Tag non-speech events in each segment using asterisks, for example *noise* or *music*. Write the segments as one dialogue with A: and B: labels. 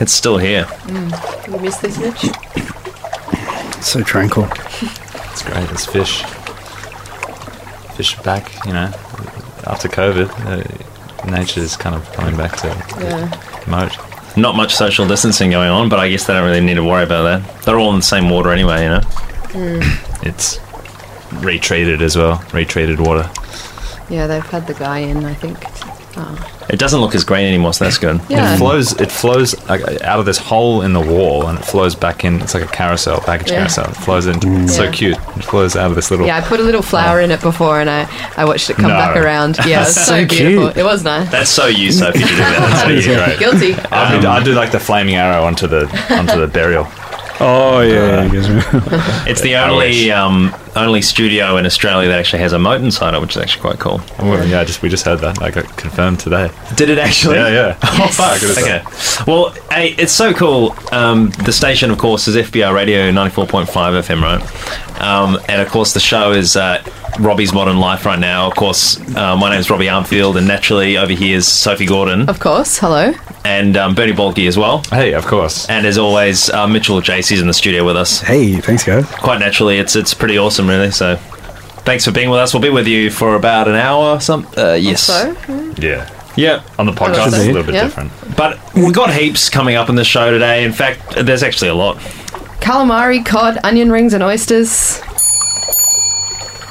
A: It's still here.
B: Mm. You miss this, Mitch?
C: So tranquil.
A: It's great. There's fish. Fish are back, you know, after COVID, uh, nature's kind of coming back to
B: Yeah.
A: the moat.
D: Not much social distancing going on, but I guess they don't really need to worry about that. They're all in the same water anyway, you know.
B: Mm.
A: It's retreated as well, retreated water.
B: Yeah, they've had the guy in, I think. Ah.
D: It doesn't look as green anymore, so that's good.
B: Yeah.
A: It flows. It flows like, out of this hole in the wall, and it flows back in. It's like a carousel, package
B: Yeah.
A: carousel. It flows in. It's
B: Yeah.
A: so cute. It flows out of this little.
B: Yeah, I put a little flower in it before and I, I watched it come
A: No.
B: back around. Yeah, it was so,
C: so
B: beautiful.
C: cute.
B: It was nice.
D: That's so you, Sophie, to
B: *laughs*
D: do that. That's Um, so you, right?
B: Guilty.
A: I, do, I do like the flaming arrow onto the onto the burial.
C: Oh yeah.
D: *laughs* It's the
A: I
D: only
A: wish.
D: um, only studio in Australia that actually has a moat inside it, which is actually quite cool.
A: I'm wondering- yeah, I just we just heard that. I got confirmed today.
D: Did it actually?
A: Yeah, yeah.
D: *laughs* Oh, fuck.
A: Good as
D: Okay. Well, hey, it's so cool. Um, the station, of course, is FBR Radio 94.5 FM, right? Um, and, of course, the show is uh, Robbie's Modern Life right now. Of course, uh, my name's Robbie Armfield, and naturally over here is Sophie Gordon
B: Of course. Hello.
D: and um, Bernie Balky as well.
A: Hey, of course.
D: And as always, uh, Mitchell JC's in the studio with us.
C: Hey, thanks guys.
D: Quite naturally, it's it's pretty awesome, really. So, thanks for being with us. We'll be with you for about an hour. Or some uh, yes,
B: So,
A: Yeah.
D: yeah.
A: On the podcast, it's a
C: Should be.
A: little bit
B: Yeah.
A: different.
D: But we've got heaps coming up in the show today. In fact, there's actually a lot.
B: calamari, cod, onion rings, and oysters.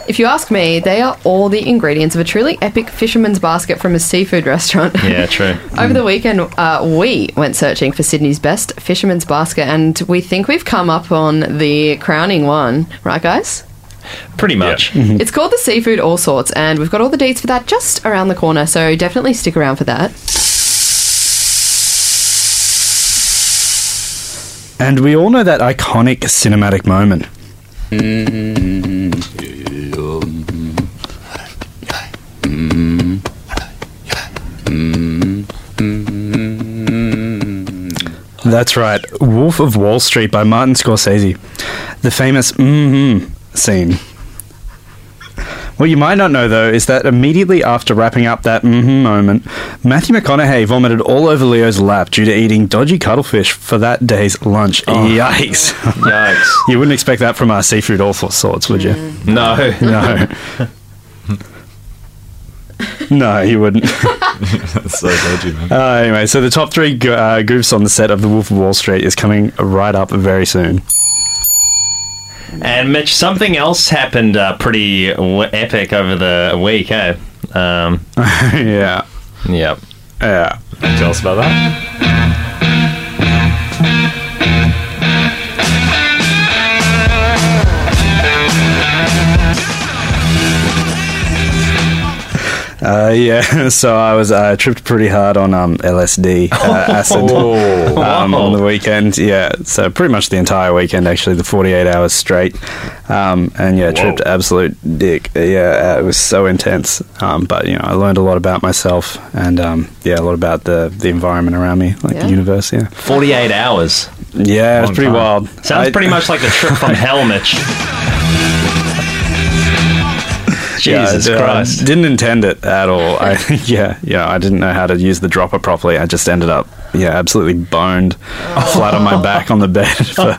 B: If you ask me, they are all the ingredients of a truly epic fisherman's basket from a seafood restaurant. *laughs*
D: Yeah, true.
B: Over the weekend, uh, we went searching for Sydney's best fisherman's basket, and we think we've come up on the crowning one, right, guys?
D: Pretty much.
B: *laughs*
C: Mm-hmm.
B: It's called the Seafood All Sorts, and we've got all the deets for that just around the corner, so definitely stick around for that.
C: And we all know that iconic cinematic moment.
A: Mm-hmm.
C: That's right, Wolf of Wall Street by Martin Scorsese. The famous mm scene. What you might not know, though, is that immediately after wrapping up that mm moment, Matthew McConaughey vomited all over Leo's lap due to eating dodgy cuttlefish for that day's lunch. Yikes.
D: Yikes.
C: *laughs* you wouldn't expect that from our seafood all sorts, would you?
D: No.
C: No. no, you wouldn't. *laughs*
E: *laughs*
A: That's so dodgy, man.
C: Uh, anyway, so the top three go- uh, goofs on the set of The Wolf of Wall Street is coming right up very soon.
D: And Mitch, something else happened uh, pretty w- epic over the week, eh? Um,
C: *laughs* yeah.
D: yep.
C: Yeah.
A: Jealous about that?
C: Uh, *laughs* yeah. So I was uh, tripped pretty hard on um, LSD
A: *laughs*
C: uh, acid.
A: Oh.
C: um, on the weekend. Yeah, so pretty much the entire weekend, actually, the 48 hours straight. Um, and yeah, tripped absolute dick. Yeah, uh, it was so intense. Um, but you know, I learned a lot about myself and um, yeah, a lot about the the environment around me, like
B: Yeah.
C: the universe. Yeah,
D: 48 hours.
C: yeah, it was
A: Long
C: pretty
A: time.
C: wild.
D: Sounds
C: I-
D: pretty much like the
C: *laughs*
D: trip from hell, Mitch. *laughs*
C: Yeah,
D: Jesus
C: I- I
D: Christ.
C: didn't intend it at all. *laughs* I, yeah, yeah, I didn't know how to use the dropper properly. I just ended up, yeah, absolutely
D: *laughs*
C: boned, flat on my back on the bed *laughs* for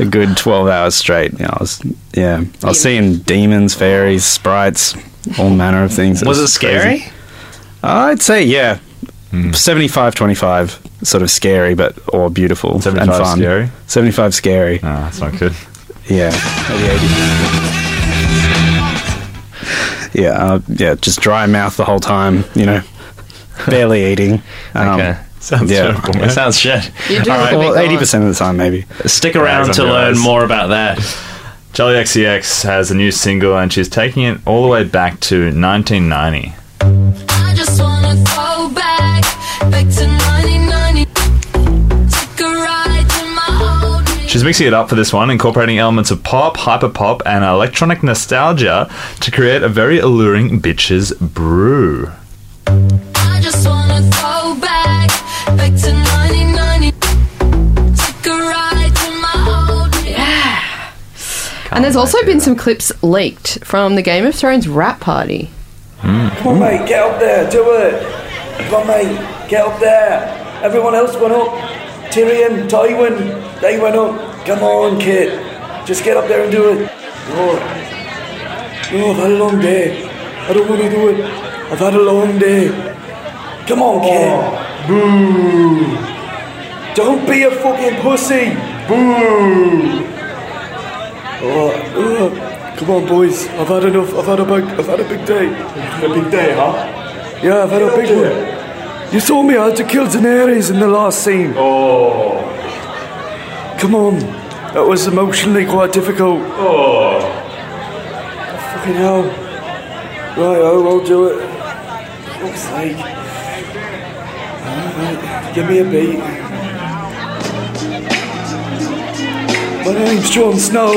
C: a good twelve hours straight. Yeah, I was, yeah, I was seeing demons, fairies, sprites, all manner of things.
D: Was it
C: crazy.
D: scary?
C: I'd say yeah,
A: Hmm.
C: 75 25 sort of scary, but or beautiful
A: 75
C: and fun.
A: scary?
C: Seventy five scary.
A: No, that's not good.
C: Yeah. *laughs* Yeah,
D: *laughs*
C: uh, yeah, just dry mouth the whole time, you know, barely eating. Um,
D: Okay.
E: Sounds
C: Yeah.
E: terrible, man.
D: It sounds shit.
B: You do
C: All
B: look
C: right,
B: a bit
C: well,
B: gone.
C: eighty percent of the time, maybe.
D: Stick around
E: Eyes
D: to
E: on your
D: learn
E: eyes.
D: more about that.
E: Jolly XCX has a new single and she's taking it all the way back to 1990.
F: I just wanna go back, back to 1990. Take a ride to my old
E: She's mixing it up for this one, incorporating elements of pop, hyperpop, and electronic nostalgia to create a very alluring bitches brew.
F: I just wanna go back, back to 1990. Take a ride to my old
B: And there's also been some clips leaked from the Game of Thrones rap party.
G: Come on, mate, get up there, do it. Come on, mate, get up there. Everyone else went up. Tyrion, Tywin, they went up. Come on, kid. Just get up there and do it. Oh, oh I've had a long day. I don't want to do it. I've had a long day. Come on, kid. boo. Don't be a fucking pussy. Boo. Oh, oh, come on, boys. I've had enough. I've had a big. I've had a big day. A big day, huh? Yeah, I've had a big one. You saw me. I had to kill Daenerys in the last scene. Oh. Come on. That was emotionally quite difficult. Oh. Fucking hell. Right, oh, I'll do it. Fuck's sake. Alright, give me a beat. My name's Jon Snow.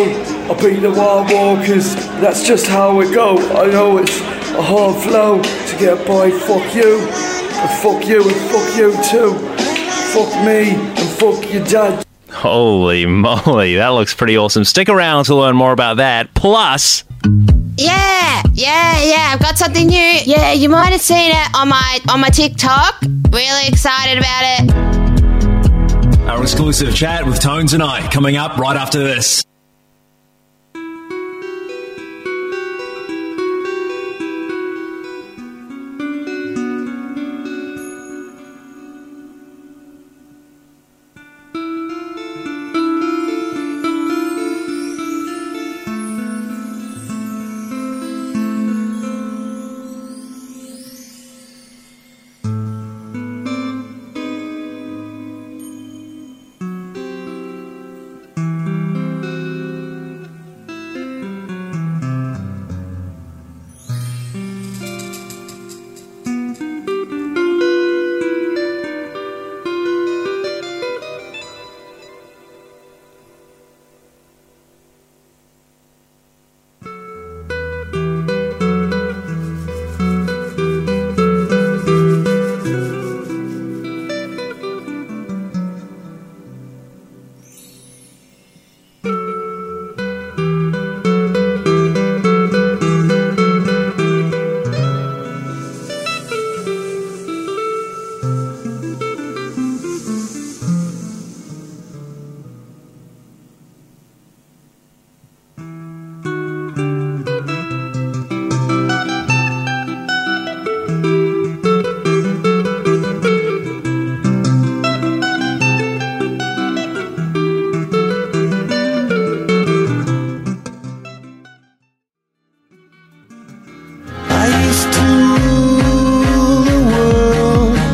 G: I beat the Wild Walkers. That's just how it go. I know it's a hard flow to get by. Fuck you, and fuck you, and fuck you too. Fuck me, and fuck your dad.
D: Holy moly, that looks pretty awesome. Stick around to learn more about that. Plus,
H: Yeah, yeah, yeah. I've got something new. Yeah, you might have seen it on my on my TikTok. Really excited about it.
I: Our exclusive chat with Tones and I coming up right after this.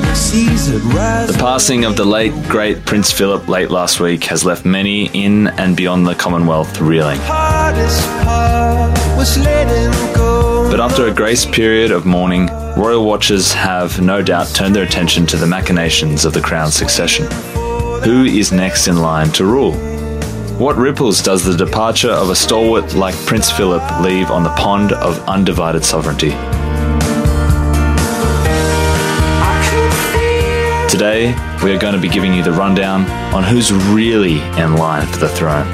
E: The passing of the late, great Prince Philip late last week has left many in and beyond the Commonwealth reeling. But after a grace period of mourning, royal watchers have no doubt turned their attention to the machinations of the crown's succession. Who is next in line to rule? What ripples does the departure of a stalwart like Prince Philip leave on the pond of undivided sovereignty? Today, we are going to be giving you the rundown on who's really in line for the throne.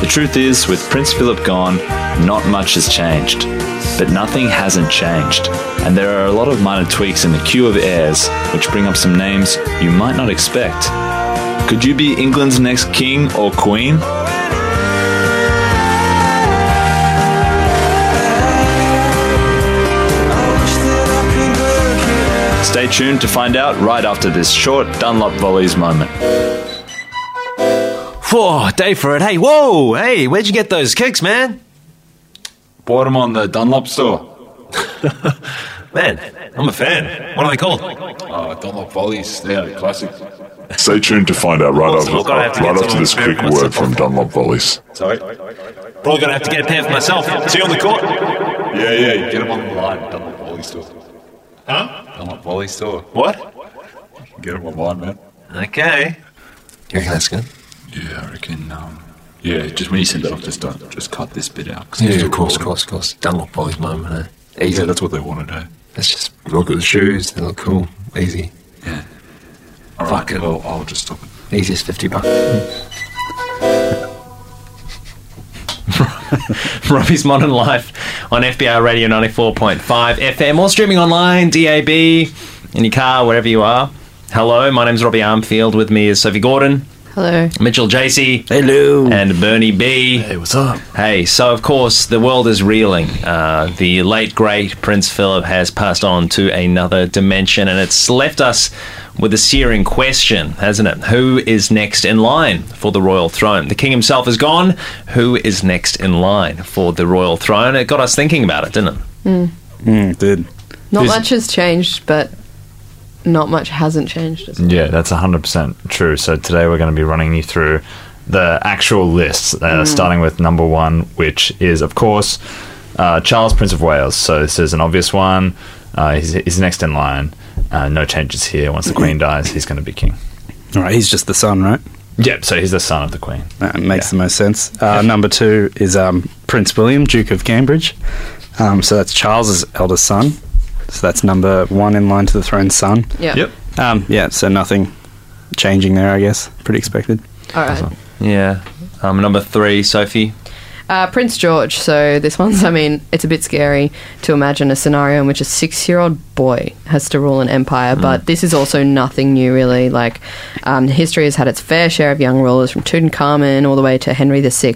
E: The truth is, with Prince Philip gone, not much has changed. But nothing hasn't changed, and there are a lot of minor tweaks in the queue of heirs which bring up some names you might not expect. Could you be England's next king or queen? Stay tuned to find out right after this short Dunlop Volleys moment.
D: whoa, day for it. Hey, whoa, hey, where'd you get those kicks, man?
E: Bought 'em on the Dunlop store.
D: Man, I'm a fan. What are they called?
E: Oh,
I: Uh, don't like volleys. They're classic. Stay tuned to find out right after,
D: Look, I have to get
I: right after
D: someone
I: this
D: to
I: quick
D: move myself
I: word from Dunlop Volleys. Sorry?
D: Probably gonna have to get a pair for myself. See you on the court.
I: Yeah, yeah, get them on the line. Dunlop Volley Store. Huh? Dunlop Volley Store.
D: What?
I: Get them online, man.
D: Okay. You reckon that's good?
I: Yeah, I reckon. Um, yeah, just when you send it off, just don't just cut this bit out.
G: Yeah, of course, of course, of course. Dunlop Polly's mum, eh? Easy.
I: Yeah, that's what they wanted, eh?
G: Let's just look at the shoes. They look cool. Easy.
I: Fuck it. Well, Oh, I'll just stop it.
G: Easiest 50 bucks.
D: *laughs* Robbie's Modern Life on FBR Radio 94.5 FM or streaming online, DAB, in your car, wherever you are. Hello, my name's Robbie Armfield. With me is Sophie Gordon,
B: Hello.
D: Mitchell JC,
C: Hello.
D: and Bernie B.
G: Hey, what's up?
D: Hey, so of course, the world is reeling. Uh, the late, great Prince Philip has passed on to another dimension, and it's left us with a searing question, hasn't it? Who is next in line for the royal throne? The king himself is gone. Who is next in line for the royal throne? It got us thinking about it, didn't it?
G: Hmm,
C: Mm, dude.
B: Not
C: There's-
B: much has changed, but not much hasn't changed. as well.
E: Yeah, that's 100% true. So today we're going to be running you through the actual lists, uh,
C: Mm.
E: starting with number one, which is, of course, uh, Charles, Prince of Wales. So this is an obvious one. Uh, he's, he's next in line. Uh, no changes here.
C: *clears throat*
E: Once the Queen dies, he's going to be king.
C: All right, he's just the son, right?
E: Yep, so he's the son of the Queen.
C: That makes the most sense. Uh, number two is um, Prince William, Duke of Cambridge. Um, so that's Charles's eldest son. So that's number one in line to the throne, son.
B: Yeah.
C: Um, yeah, so nothing changing there, I guess. Pretty expected.
B: All right.
D: Yeah. Um, number three, Sophie.
B: Uh, Prince George. So this one's, I mean, it's a bit scary to imagine a scenario in which a six-year-old boy has to rule an empire. But this is also nothing new, really. Like, um, history has had its fair share of young rulers, from Tutankhamun all the way to Henry VI.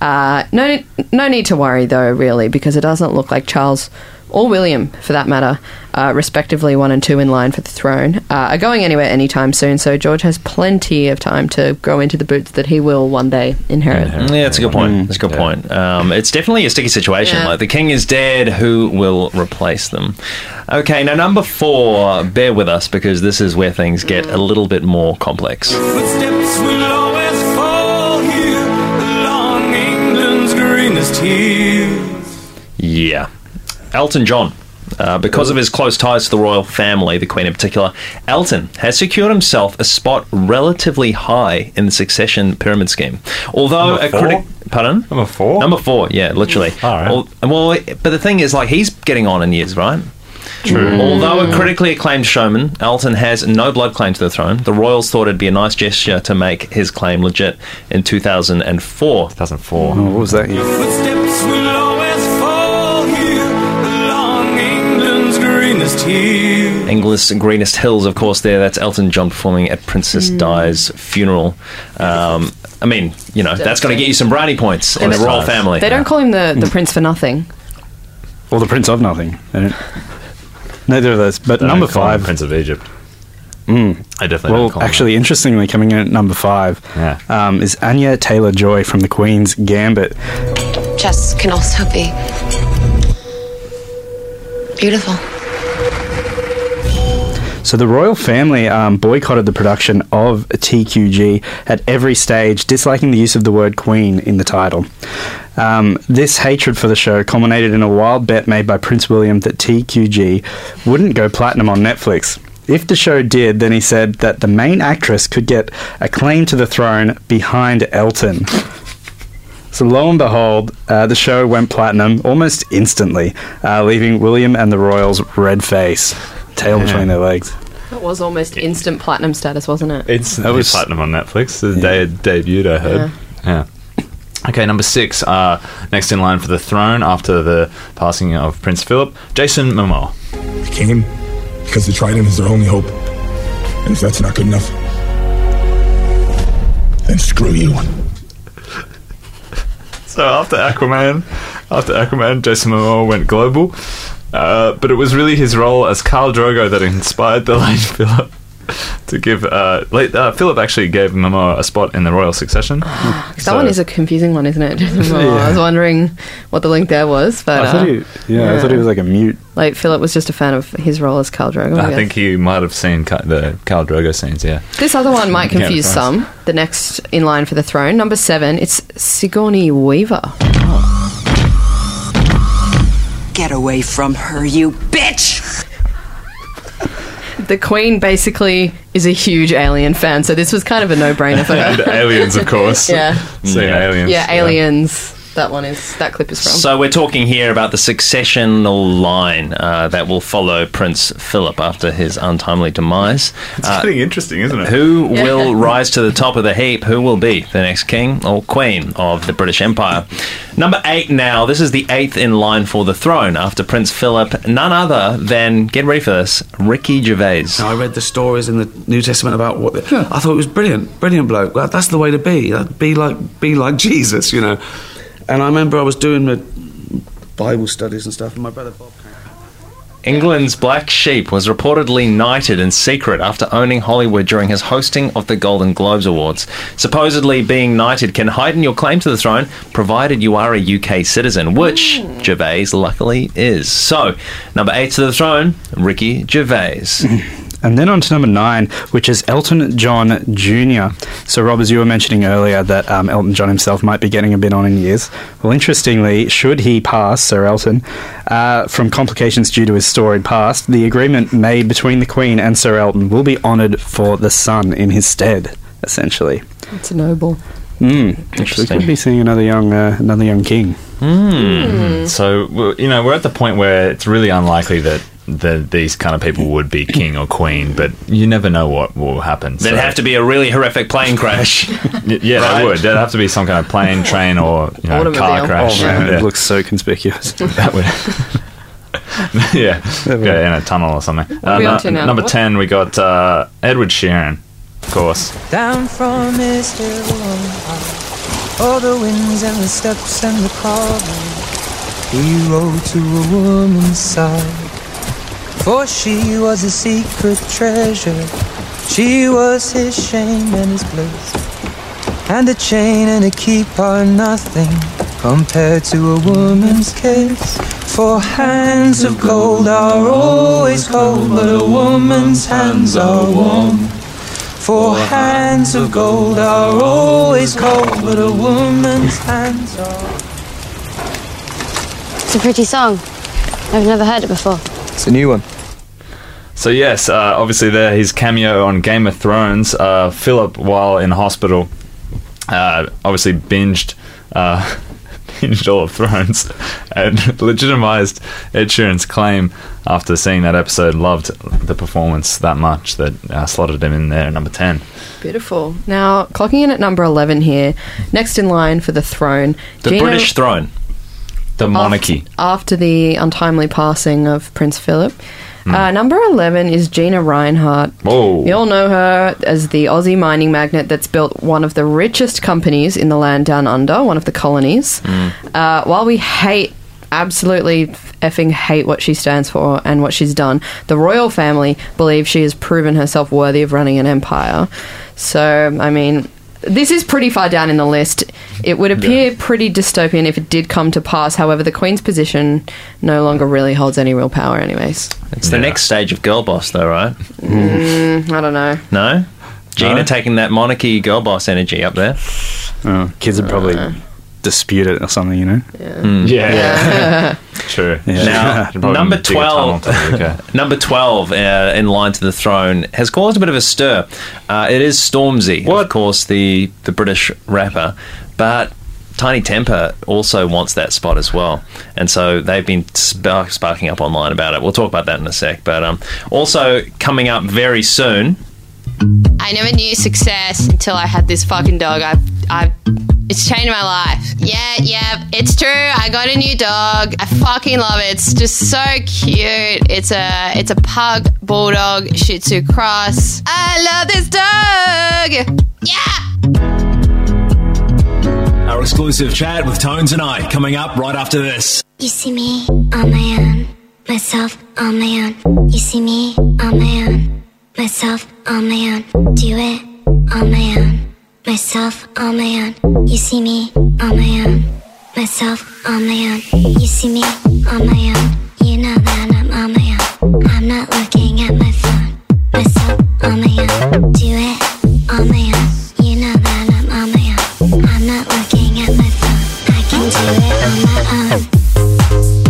B: Uh, no, no need to worry though, really, because it doesn't look like Charles or William, for that matter, uh, respectively one and two in line for the throne, uh, are going anywhere anytime soon. So George has plenty of time to grow into the boots that he will one day inherit.
D: Yeah, that's a good point. That's a good point. Um, it's definitely a sticky situation.
B: Yeah.
D: Like the king is dead, who will replace them? Okay, now number four. Bear with us because this is where things get a little bit more complex.
A: Footsteps will always fall here along England's greenest hills.
D: Yeah. Elton John. Uh, because of his close ties to the royal family, the Queen in particular, Elton has secured himself a spot relatively high in the succession pyramid scheme. Although
E: Number
D: a critic, pardon,
E: Number four?
D: number four, yeah, literally.
E: All right.
D: Al- well, but the thing is, like, he's getting on in years, right? True. Although a critically acclaimed showman, Elton has no blood claim to the throne. The royals thought it'd be a nice gesture to make his claim legit in 2004.
E: 2004.
C: Oh, what was that? Yeah.
A: Footsteps will always fall here along England's greenest hills.
D: England's Greenest Hills, of course, there. That's Elton John performing at Princess
B: Mm.
D: Di's funeral. Um, I mean, you know, that's going to get you some brownie points in the
E: That's
D: royal
E: nice.
D: family.
B: They don't call him the,
E: Mm.
B: the prince for nothing.
C: Or the Prince of Nothing. I don't- Neither of those. But
E: They don't
C: number
E: call him
C: five.
E: Prince of Egypt. I definitely don't
C: Hmm. Well,
E: call him
C: actually, interestingly, coming in at number five
E: Yeah.
C: um, is Anya Taylor Joy from The Queen's Gambit.
H: Jess can also be beautiful.
C: So the royal family um, boycotted the production of TQG at every stage, disliking the use of the word queen in the title. Um, this hatred for the show culminated in a wild bet made by Prince William that TQG wouldn't go platinum on Netflix. If the show did, then he said that the main actress could get a claim to the throne behind Elton. *laughs* So lo and behold, uh, the show went platinum almost instantly, uh, leaving William and the royals red face, tail between their legs.
B: That was almost instant platinum status, wasn't it?
E: It's that was platinum on Netflix. The day it debuted, I heard. Yeah. Okay, number six. Uh, next in line for the throne after the passing of Prince Philip, Jason Momoa.
J: They came because they tried him as their only hope. And if that's not good enough, then screw you.
E: So after Aquaman, after Aquaman, Jason Momoa went global, *laughs* uh, but it was really his role as Carl Drogo that inspired the late Philip. to give uh, late, uh, Philip actually gave Momoa a spot in the royal *gasps* succession.
B: That one is a confusing one,
E: *laughs*
B: isn't it? *laughs* I was wondering what the link there was, but
E: I thought
B: uh,
E: he- yeah, I thought he was
C: like a mute.
B: Like Philip was just a fan of his role as Khal Drogo. I
E: I
B: guess.
E: think he might have seen Ka- the Khal Drogo scenes. Yeah,
B: This other one might
E: Game of
B: confuse
E: Thrones.
B: some. The next in line for the throne, number seven, it's Sigourney Weaver.
K: Get away from her, you bitch!
B: The Queen basically is a huge Alien fan, so this was kind of a no-brainer
E: *laughs*
B: for
E: and
B: her.
E: aliens, of course.
B: *laughs* Yeah.
E: seen aliens.
B: yeah, Aliens. That one is that clip is from.
D: So we're talking here about the successional line uh, that will follow Prince Philip after his untimely demise. It's
E: getting interesting, isn't it?
L: *laughs*
D: Uh, Who
E: Yeah.
D: will *laughs* rise to the top of the heap? Who will be the next king or queen of the British Empire? Number eight now. This is the eighth in line for the throne after Prince Philip. None other than get ready for this, Ricky Gervais.
M: I read the stories in the New Testament about what. The, I thought it was brilliant, brilliant bloke. That, that's the way to be. That, be like, be like *laughs* Jesus, you know. And I remember I was doing the Bible studies and stuff, and my brother Bob.
D: England's black sheep was reportedly knighted in secret after owning Hollywood during his hosting of the Golden Globes Awards. Supposedly, being knighted can heighten your claim to the throne, provided you are a UK citizen, which Gervais luckily is. So, number eight to the throne, Ricky Gervais.
C: *clears throat* And then on to number nine, which is Elton John Jr. So, Rob, as you were mentioning earlier, that um, Elton John himself might be getting a bit on in years. Well, interestingly, should he pass, Sir Elton, uh, from complications due to his storied past, the agreement made between the Queen and Sir Elton will be honoured for the son in his stead, essentially.
B: It's a noble.
C: Mm. We could be seeing another young, uh, another young king.
E: Mm. So well, you know we're at the point where it's really unlikely that the, these kind of people would be king or queen, but you never know what will happen.
D: There'd have to be a really
C: *laughs*
D: horrific plane crash.
E: yeah,
D: Right?
E: they would. There'd have to be some kind of plane, train, or you know,
D: Automobile.
E: car crash.
D: Oh, man, it
C: looks so
E: *laughs*
C: conspicuous.
E: that would. yeah, yeah, in a tunnel or something.
N: are
E: Uh,
N: we
E: nu-
N: on to now?
E: number
N: What-
E: ten, we got uh, Edward Sheeran, of course.
N: Down from Mr. Olympus, all the winds and the steps and the calling. He rode to a woman's side, for she was a secret treasure. She was his shame and his bliss, and a chain and a keep are nothing compared to a woman's kiss. For hands of gold are always cold, but a woman's hands are warm. For hands of gold are always cold, but a woman's hands are.
O: It's a pretty song. I've never heard it before.
E: It's a new one. So yes, uh, obviously there his cameo on Game of Thrones. Uh, Philip, while in hospital, uh, obviously binged. Uh, *laughs* Binged all of Thrones and *laughs* legitimized Ed Sheeran's claim after seeing that episode. Loved the performance that much that uh, slotted him in there at number 10.
B: Beautiful. Now clocking in at number eleven here. Next in line for the throne,
E: The
B: Gina-
E: British
D: throne.
E: The monarchy.
B: after the untimely passing of Prince Philip. Uh, number 11 is Gina Reinhardt.
E: Whoa.
B: You all know her as the Aussie mining magnate that's built one of the richest companies in the land down under, one of the colonies.
D: Hmm.
B: Uh, while we hate, absolutely effing hate what she stands for and what she's done, the royal family believe she has proven herself worthy of running an empire. So, I mean, this is pretty far down in the list. It would appear pretty dystopian if it did come to pass. However, the Queen's position no longer really holds any real power, anyways.
D: It's the next stage of Girl Boss, though, right?
E: Hmm.
B: Mm, I don't know.
D: No? Gina
B: No.
D: taking that monarchy Girl Boss energy up there.
C: Oh, kids would probably dispute it or something, you know?
D: Mm. Yeah. *laughs* Yeah.
E: True.
C: *laughs*
D: *laughs* Now, number 12, *laughs* number 12 uh, in line to the throne has caused a bit of a stir. Uh, it is Stormzy, of course, the, the British rapper, but Tiny Temper also wants that spot as well. And so they've been spark- sparking up online about it. We'll talk about that in a sec. But um, also coming up very soon,
H: I never knew success until I had this fucking dog. I've, I've, it's changed my life. Yeah, yeah, it's true. I got a new dog. I fucking love it. It's just so cute. It's a, it's a pug bulldog Shih Tzu cross. I love this dog.
I: Our exclusive chat with Tone tonight coming up right after this.
P: You see me on my own, myself on my own. You see me on my own, myself on my own. Do it on my own. Myself on my own. You see me on my own. Myself on my own. You see me on my own. You know that I'm on my own. I'm not looking at my phone. Myself on my own. Do it on my own. You know that I'm on my own. I'm not looking at my phone. I can do it on my own.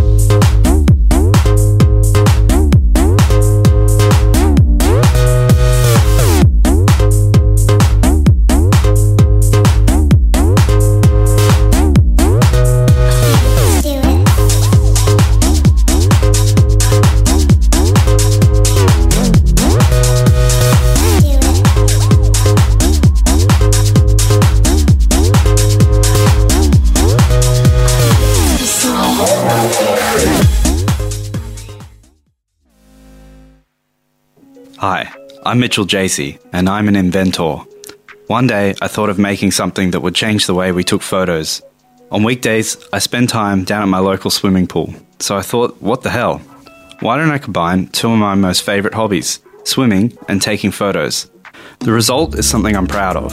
C: Hi, I'm Mitchell JC, and I'm an inventor. One day, I thought of making something that would change the way we took photos. On weekdays, I spend time down at my local swimming pool, so I thought, what the hell? Why don't I combine two of my most favourite hobbies, swimming and taking photos? The result is something I'm proud of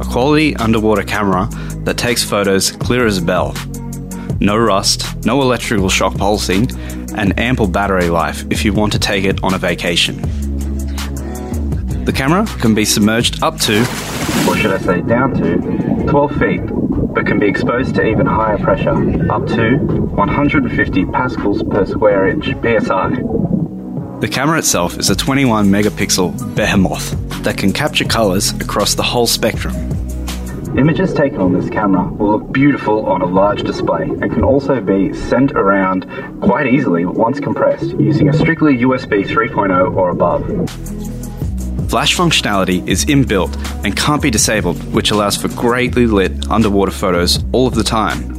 C: a quality underwater camera that takes photos clear as a bell. No rust, no electrical shock pulsing, and ample battery life if you want to take it on a vacation. The camera can be submerged up to, or should I say down to, 12 feet, but can be exposed to even higher pressure, up to 150 pascals per square inch psi. The camera itself is a 21 megapixel behemoth that can capture colours across the whole spectrum. Images taken on this camera will look beautiful on a large display and can also be sent around quite easily once compressed using a strictly USB 3.0 or above. Flash functionality is inbuilt and can't be disabled, which allows for greatly lit underwater photos all of the time.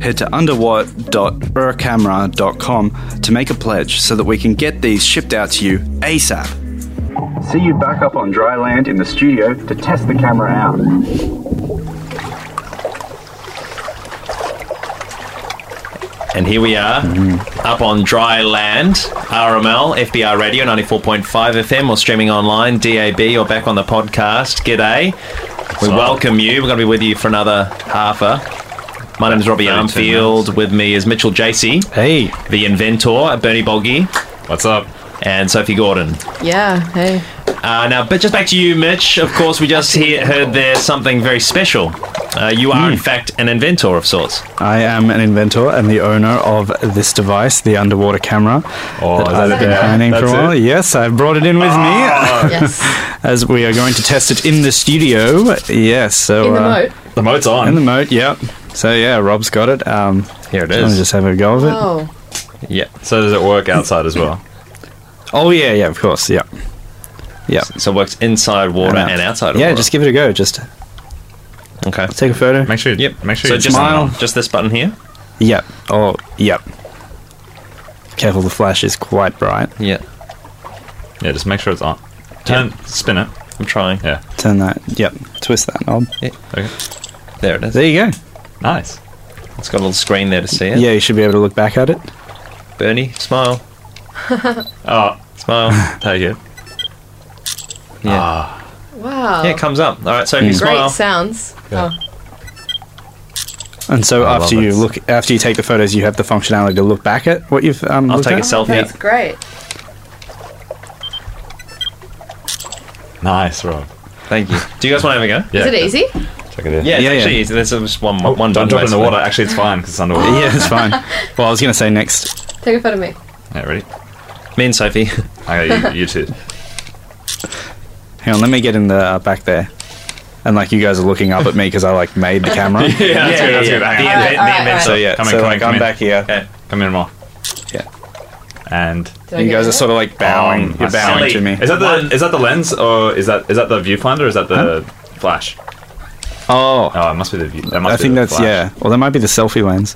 C: Head to underwater.burcamera.com to make a pledge so that we can get these shipped out to you ASAP. See you back up on dry land in the studio to test the camera out.
D: And here we are, up on dry land, RML, FBR Radio, 94.5 FM, or streaming online, DAB, or back on the podcast. G'day. We
E: Sorry.
D: welcome you. We're going to be with you for another half hour. My name is Robbie
E: 32
D: Armfield. With me is Mitchell JC. Hey. The inventor, Bernie Bolgi. What's up? And Sophie Gordon.
B: Yeah, hey.
D: Uh, now, but just back to you, Mitch. Of course, we just hear, heard there something very special. Uh, you are, in fact, an inventor of sorts.
C: I am an inventor and the owner of this device, the underwater camera that
E: Oh, is
C: I've
E: that
C: been
E: it?
C: planning for a
E: That's
C: while.
E: it? Ah.
C: Yes, I've brought it in with *laughs* me. As we are going to test it in the studio. Yes, so
E: In the moat.
C: The moat's on. In the moat, yep. So yeah, Rob's got it. Um, Here it Let me
E: is.
C: just have a go of it.
B: Oh. *laughs*
E: Yeah. So does it work outside as well?
C: Oh yeah, yeah, of course, yeah, yeah.
D: So it works inside water and, outside
C: Yeah,
D: water.
C: just give it a go. Just
D: okay.
C: Take a photo. Make
E: sure. Yep. Make
D: so just
C: smile.
D: just this button here.
C: Yep. Oh, yep. Careful, the flash is quite bright.
D: Yeah.
E: Yeah. Just make sure it's on. Turn. Spin it.
D: I'm trying.
E: Yeah.
C: Turn that. Yep. Twist that knob.
D: Yeah. Okay. There it is.
C: There you go.
D: Nice. It's got a little screen there to see
C: Yeah.
D: it.
C: you should be able to look back at it.
D: Bernie,
B: *laughs*
D: smile. Oh, smile. Take it. Yeah.
B: Wow.
D: Yeah, it comes up. All right, so if you
B: Oh. Great
D: smile.
B: sounds.
D: Yeah.
B: Oh,
C: And so
E: I
C: after
E: love
C: you look, after you take the photos, you have the functionality to look back at what you've. Um,
E: I'll
C: looked
E: take a
C: at.
E: selfie.
B: Oh, that's great.
E: Nice, Rob.
D: Thank you. Do you guys want to have a go?
B: Is it easy?
E: Check it out.
D: Yeah, it's actually easy. There's just one,
E: Oh,
D: one one
E: don't
D: button,
E: drop it in the
D: basically.
E: water. Actually, it's fine because it's underwater.
C: *laughs* Yeah, it's
E: *laughs*
C: fine. well, I was going to say next.
B: Take a photo of me.
E: Yeah, ready?
D: Me and Sophie.
E: *laughs* Okay, you, you two.
C: Hang on, let me get in the uh, back there, and like you guys are looking up at me because I like made
E: *laughs*
C: the camera.
E: yeah, that's good. That's good. Hang on.
B: The- the Alright, inventor.
E: So
B: alright.
E: yeah, come in,
C: so
E: come in,
C: like
E: come
C: I'm
E: in.
C: back here.
E: Come in more.
C: Yeah.
E: And
B: Did I You get guys it? are
C: sort of like bowing. You're
E: I
C: bowing
E: see.
C: to me.
E: Is that the is that the lens or is that is that the viewfinder or is that the flash?
C: Oh.
E: Oh, it must be the view. That must
C: I
E: be
C: think
E: the
C: that's
E: flash.
C: yeah. Well, that might be the selfie lens.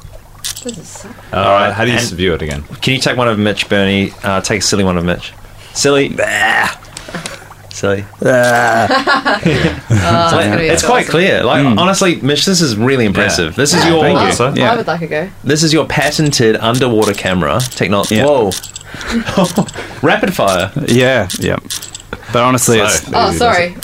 E: All right. How do you
D: and-
E: view it again?
D: Can you take one of Mitch, Bernie? Uh, take a silly one of Mitch. Silly. silly.
B: Oh, that's gonna be
D: it's quite
B: awesome.
D: clear. Like honestly, Mitch, this is really impressive. This is
B: Yeah.
D: your
B: I- I would like a go.
D: This is your patented underwater *laughs* camera technology. Whoa. Rapid fire.
C: Yeah, yeah. But honestly, it's,
B: Oh, sorry.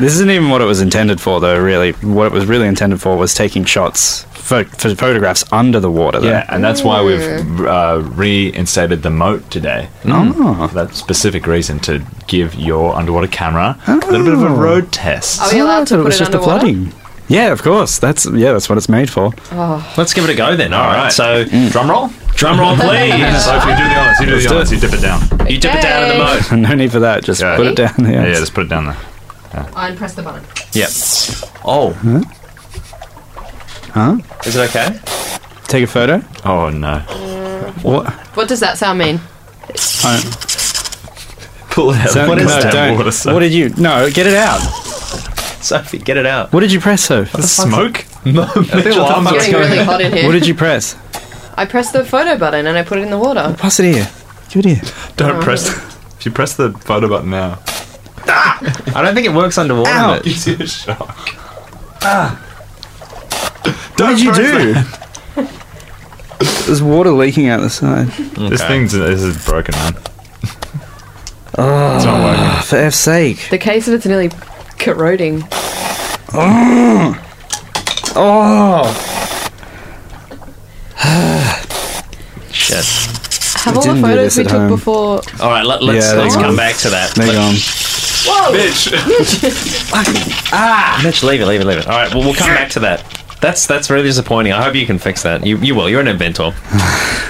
C: This isn't even what it was intended for, though. Really, what it was really intended for was taking shots for, for photographs under the water. Though.
E: Yeah, and that's why we've uh, reinstated the moat today.
C: Oh.
E: For that specific reason to give your underwater camera a little bit of a road test.
B: Are we allowed to put
C: it Oh. Ah, was
B: it
C: just
B: underwater?
C: the flooding. Yeah, of course. That's yeah, that's what it's made for.
B: Oh.
D: Let's give it a go then. All right. So
E: drum roll.
D: Drum *laughs* roll, please.
E: Sophie, do the honors. You do
D: Let's
E: the
D: do
E: honors.
D: it.
E: You dip it down.
D: You dip it down in the moat.
C: *laughs* no need for that. Just put it down there.
E: Yeah, yeah, just put it down there.
B: And press the button.
D: Yep. Oh.
C: Huh? Huh?
D: Is it okay?
C: Take a photo.
E: Oh no.
C: What?
B: What does that sound mean?
D: Pull it out.
C: So-
D: What is
C: no,
D: that?
C: don't.
D: Water, Soph.
C: What did you? No, get it out.
D: Sophie, get it out.
C: What did you press, though?
D: The smoke?
C: No,
D: Mitchell, I'm
B: *laughs* It's getting really hot in here.
C: What did you press?
B: I pressed the photo button and I put it in the water.
C: Pass it here. Give it here.
E: Don't
B: Oh.
E: press. If you press the photo button now,
C: Ah!
E: *laughs*
D: I don't think it works underwater.
E: Ow.
C: *laughs*
D: Mitch.
E: gives you a shock.
C: Ah. what did you do? There's water leaking out the side.
E: This thing's this is broken, man.
C: Oh,
E: It's not working.
C: For F's sake.
B: The case of it's nearly corroding.
C: Oh. oh.
D: *sighs* Shit.
B: Have all the
C: didn't do
B: photos
C: this
B: we
C: at
B: took
C: home.
B: before.
D: All right, let, let's,
C: Yeah,
D: let's
C: they're gone.
D: come back to that.
C: They're gone.
B: Whoa!
D: Ah! Mitch, leave it, leave it, leave it. All right, well, we'll come back to that. That's that's really disappointing. I hope you can fix that. You, you will. You're
E: *laughs*
D: an inventor.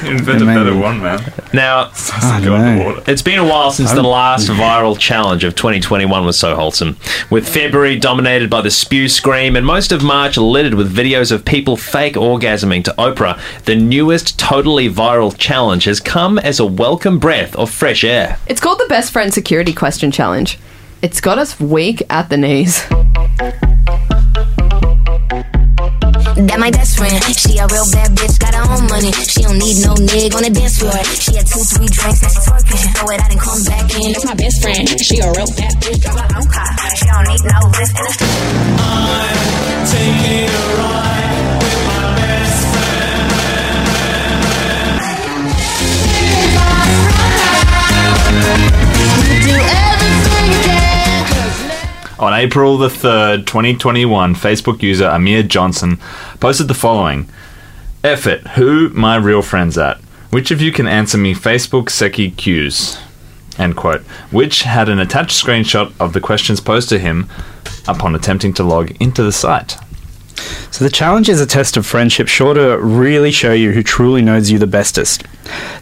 E: Invent a
C: Maybe.
E: better one, man. *laughs*
D: Now,
C: I don't know.
D: It's been a while since the last viral challenge of 2021 was so wholesome. With February dominated by the spew scream and most of March littered with videos of people fake orgasming to Oprah, the newest totally viral challenge has come as a welcome breath of fresh air.
B: It's called the Best Friend Security Question Challenge. It's got us weak at the knees.
F: That my best friend. She a real bad bitch, got her own money. She don't need no nigga on the dance floor. She had two, three drinks, now she twerking. She throw it out and come back in. That's my best friend. She a real bad bitch, got her own car. She don't need no lift in the
I: Taking a ride with my best friend.
E: On April the 3rd, 2021, Facebook user Amir Johnson posted the following F it, who my real friends at? Which of you can answer me Facebook Seki Qs? End quote. Which had an attached screenshot of the questions posed to him upon attempting to log into the site.
C: So the challenge is a test of friendship sure to really show you who truly knows you the bestest.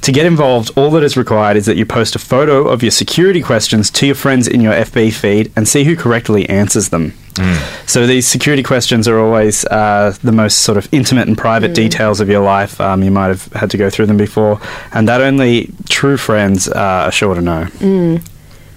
C: To get involved, all that is required is that you post a photo of your security questions to your friends in your FB feed and see who correctly answers them. So these security questions are always uh, the most sort of intimate and private details of your life. Um, you might have had to go through them before, and that only true friends uh, are sure to know.
B: Mm.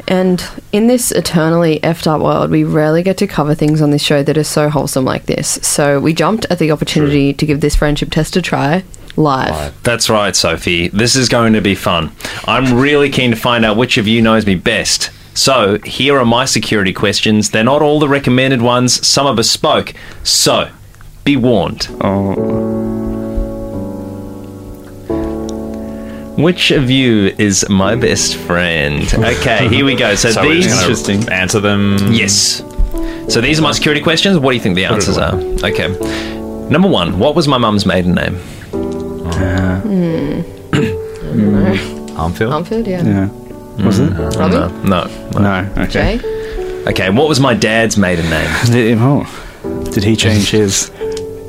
B: And in this eternally effed up world, we rarely get to cover things on this show that are so wholesome like this. So we jumped at the opportunity to give this friendship test a try live.
D: That's right, Sophie. This is going to be fun. I'm really keen to find out which of you knows me best. So, here are my security questions. They're not all the recommended ones, some are bespoke. So, be warned.
E: Oh.
D: Which of you is my best friend? Okay, here we go. So,
E: So we're
D: these
E: just gonna Answer them.
D: Yes. So these are my security questions. What do you think the answers are? Okay. Number one, what was my mum's maiden name?
E: Uh,
B: Hmm.
E: Armfield?
B: Mumford, yeah.
C: Was it?
B: Robbie?
D: Hmm. No.
C: No. Okay.
B: Jay?
D: Okay, what was my dad's maiden name?
C: *laughs* Did, oh, did he
D: *laughs*
C: change his?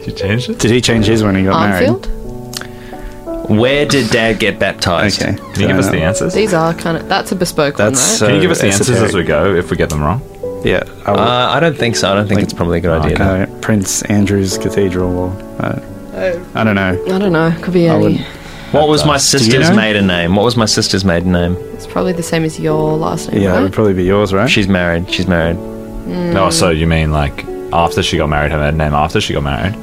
E: You changed it?
C: Did he change his when he got married?
B: Armfield?
D: Where did dad get baptized?
C: Okay.
E: Can you give us the answers?
B: These are kind of. That's a bespoke
C: That's,
B: one,
E: Can you give us the
C: Esoteric.
E: answers as we go if we get them wrong?
C: Yeah. I will-
D: Uh, I don't think so. I don't think it's probably a good idea. no.
C: Uh, Prince Andrew's Cathedral. Or, uh,
B: right?
C: I don't know.
B: I don't know. Could be any.
D: What was
C: Uh,
D: my
C: you
D: sister's
C: know?
D: maiden name? What was my sister's maiden name?
B: It's probably the same as your last name,
C: Yeah, it
B: right? Hmm.
C: would probably be yours, right?
D: She's married. She's married.
E: No, Mm. Oh, so you mean like after she got married, her maiden name after she got married?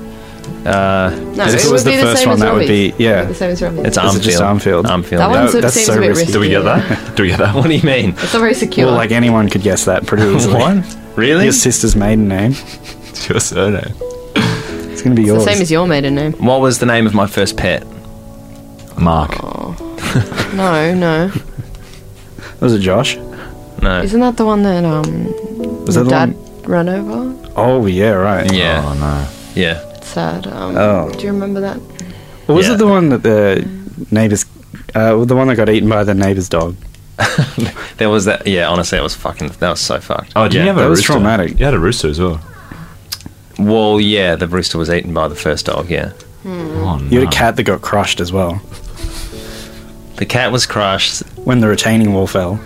D: Uh,
B: No,
C: If
B: it
C: it
B: would
C: was
B: be
C: the
B: the
C: first
B: same
C: one,
B: as
C: that would
B: Robbie's.
C: be- yeah.
B: It's the same as Robbie's.
D: it's
C: Is
D: Armfield.
C: it just Armfield?
D: Armfield.
B: That one
C: That- that's
B: seems
C: so
B: a bit
C: risky.
B: risky.
E: Do we get
B: yeah. *laughs*
E: that? Do we get that
D: What
E: one?
D: do you mean?
B: It's not very secure.
C: Well, like anyone could guess that pretty
D: *laughs*
C: easily.
D: Really?
C: Your sister's maiden name.
E: It's your surname.
C: It's going to be
B: it's the
C: yours.
B: same as your maiden name.
D: What was the name of my first pet?
E: Mark.
B: No, no.
C: Was it Josh?
D: No.
B: Isn't that the one that um
C: Was
B: your
C: that the
B: dad ran over?
C: Oh yeah, right.
D: Yeah.
C: Oh no.
D: Yeah.
B: It's that. Um,
C: Oh.
B: Do you remember that?
C: Or was it the one that the neighbors, uh, the one that got eaten by the neighbor's dog?
D: There was that. Yeah, honestly, that was fucking. That was so fucked.
E: Oh, did
D: yeah,
E: you have a
D: that
E: rooster? You had a rooster as well.
D: Well, yeah, the rooster was eaten by the first dog. Yeah, Oh,
C: You had a cat that got crushed as well
D: the cat was crushed
C: when the retaining wall fell.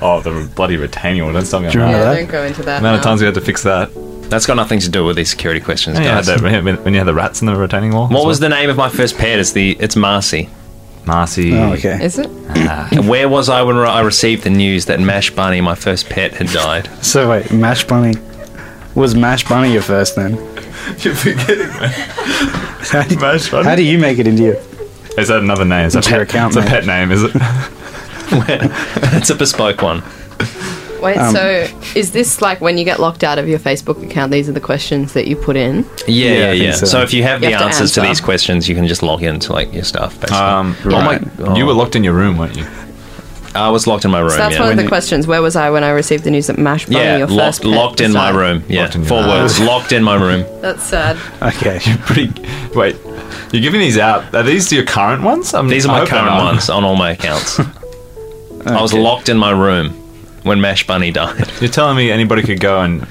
E: Oh, the bloody retaining wall. Don't stop me.
C: Do you remember
B: Yeah, don't go into that.
E: amount
B: now.
E: of times we had to fix that.
D: That's got nothing to do with these security questions.
E: Oh, Yeah,
D: guys.
E: that- when, when you had the rats in the retaining wall.
D: What was the name of my first pet? It's the it's Marcy.
E: Marcy. Ah.
D: Oh,
C: okay.
B: Is it?
D: And *laughs* where was I when I received the news that Mash Bunny, my first pet, had died?
C: So wait, Mash Bunny was Mash Bunny your
L: *laughs*
C: first then?
E: You're forgetting, man.
C: How do,
E: Mash Bunny.
C: how do you make it into your?
E: Is that another name? Is that
C: It's your
E: pet- It's
C: account
E: a
C: name.
E: pet name, is it?
D: *laughs* it's a bespoke one.
B: Wait,
D: Um,
B: so is this like when you get locked out of your Facebook account? These are the questions that you put in.
D: Yeah,
E: Yeah, I
D: yeah,
E: think
D: yeah.
E: so.
D: So. if you have
B: You
D: the
B: have to
D: answers to,
B: answer.
D: these questions, you can just log into like your stuff. Basically. Oh
E: Um, right. You were locked in your room, weren't you?
D: I was locked in my room.
B: so that's
D: yeah.
B: one of the questions. Where was I when I received the news that Mash Bunny,
D: Yeah,
B: Oh, your
D: locked,
B: first pet,
D: locked in my
B: decided-
D: room. Yeah,
E: in your
D: four
E: room.
D: words.
E: Ah.
D: Locked in
E: *laughs*
D: my room.
B: That's sad.
C: Okay.
E: You're pretty. Wait, you're giving these out. Are these your current ones? I'm,
D: These are
E: I
D: my
E: hope they're
D: current
E: not.
D: ones on all my
E: *laughs*
D: accounts. I was locked in my room when Mash Bunny died.
E: *laughs* You're telling me anybody could go and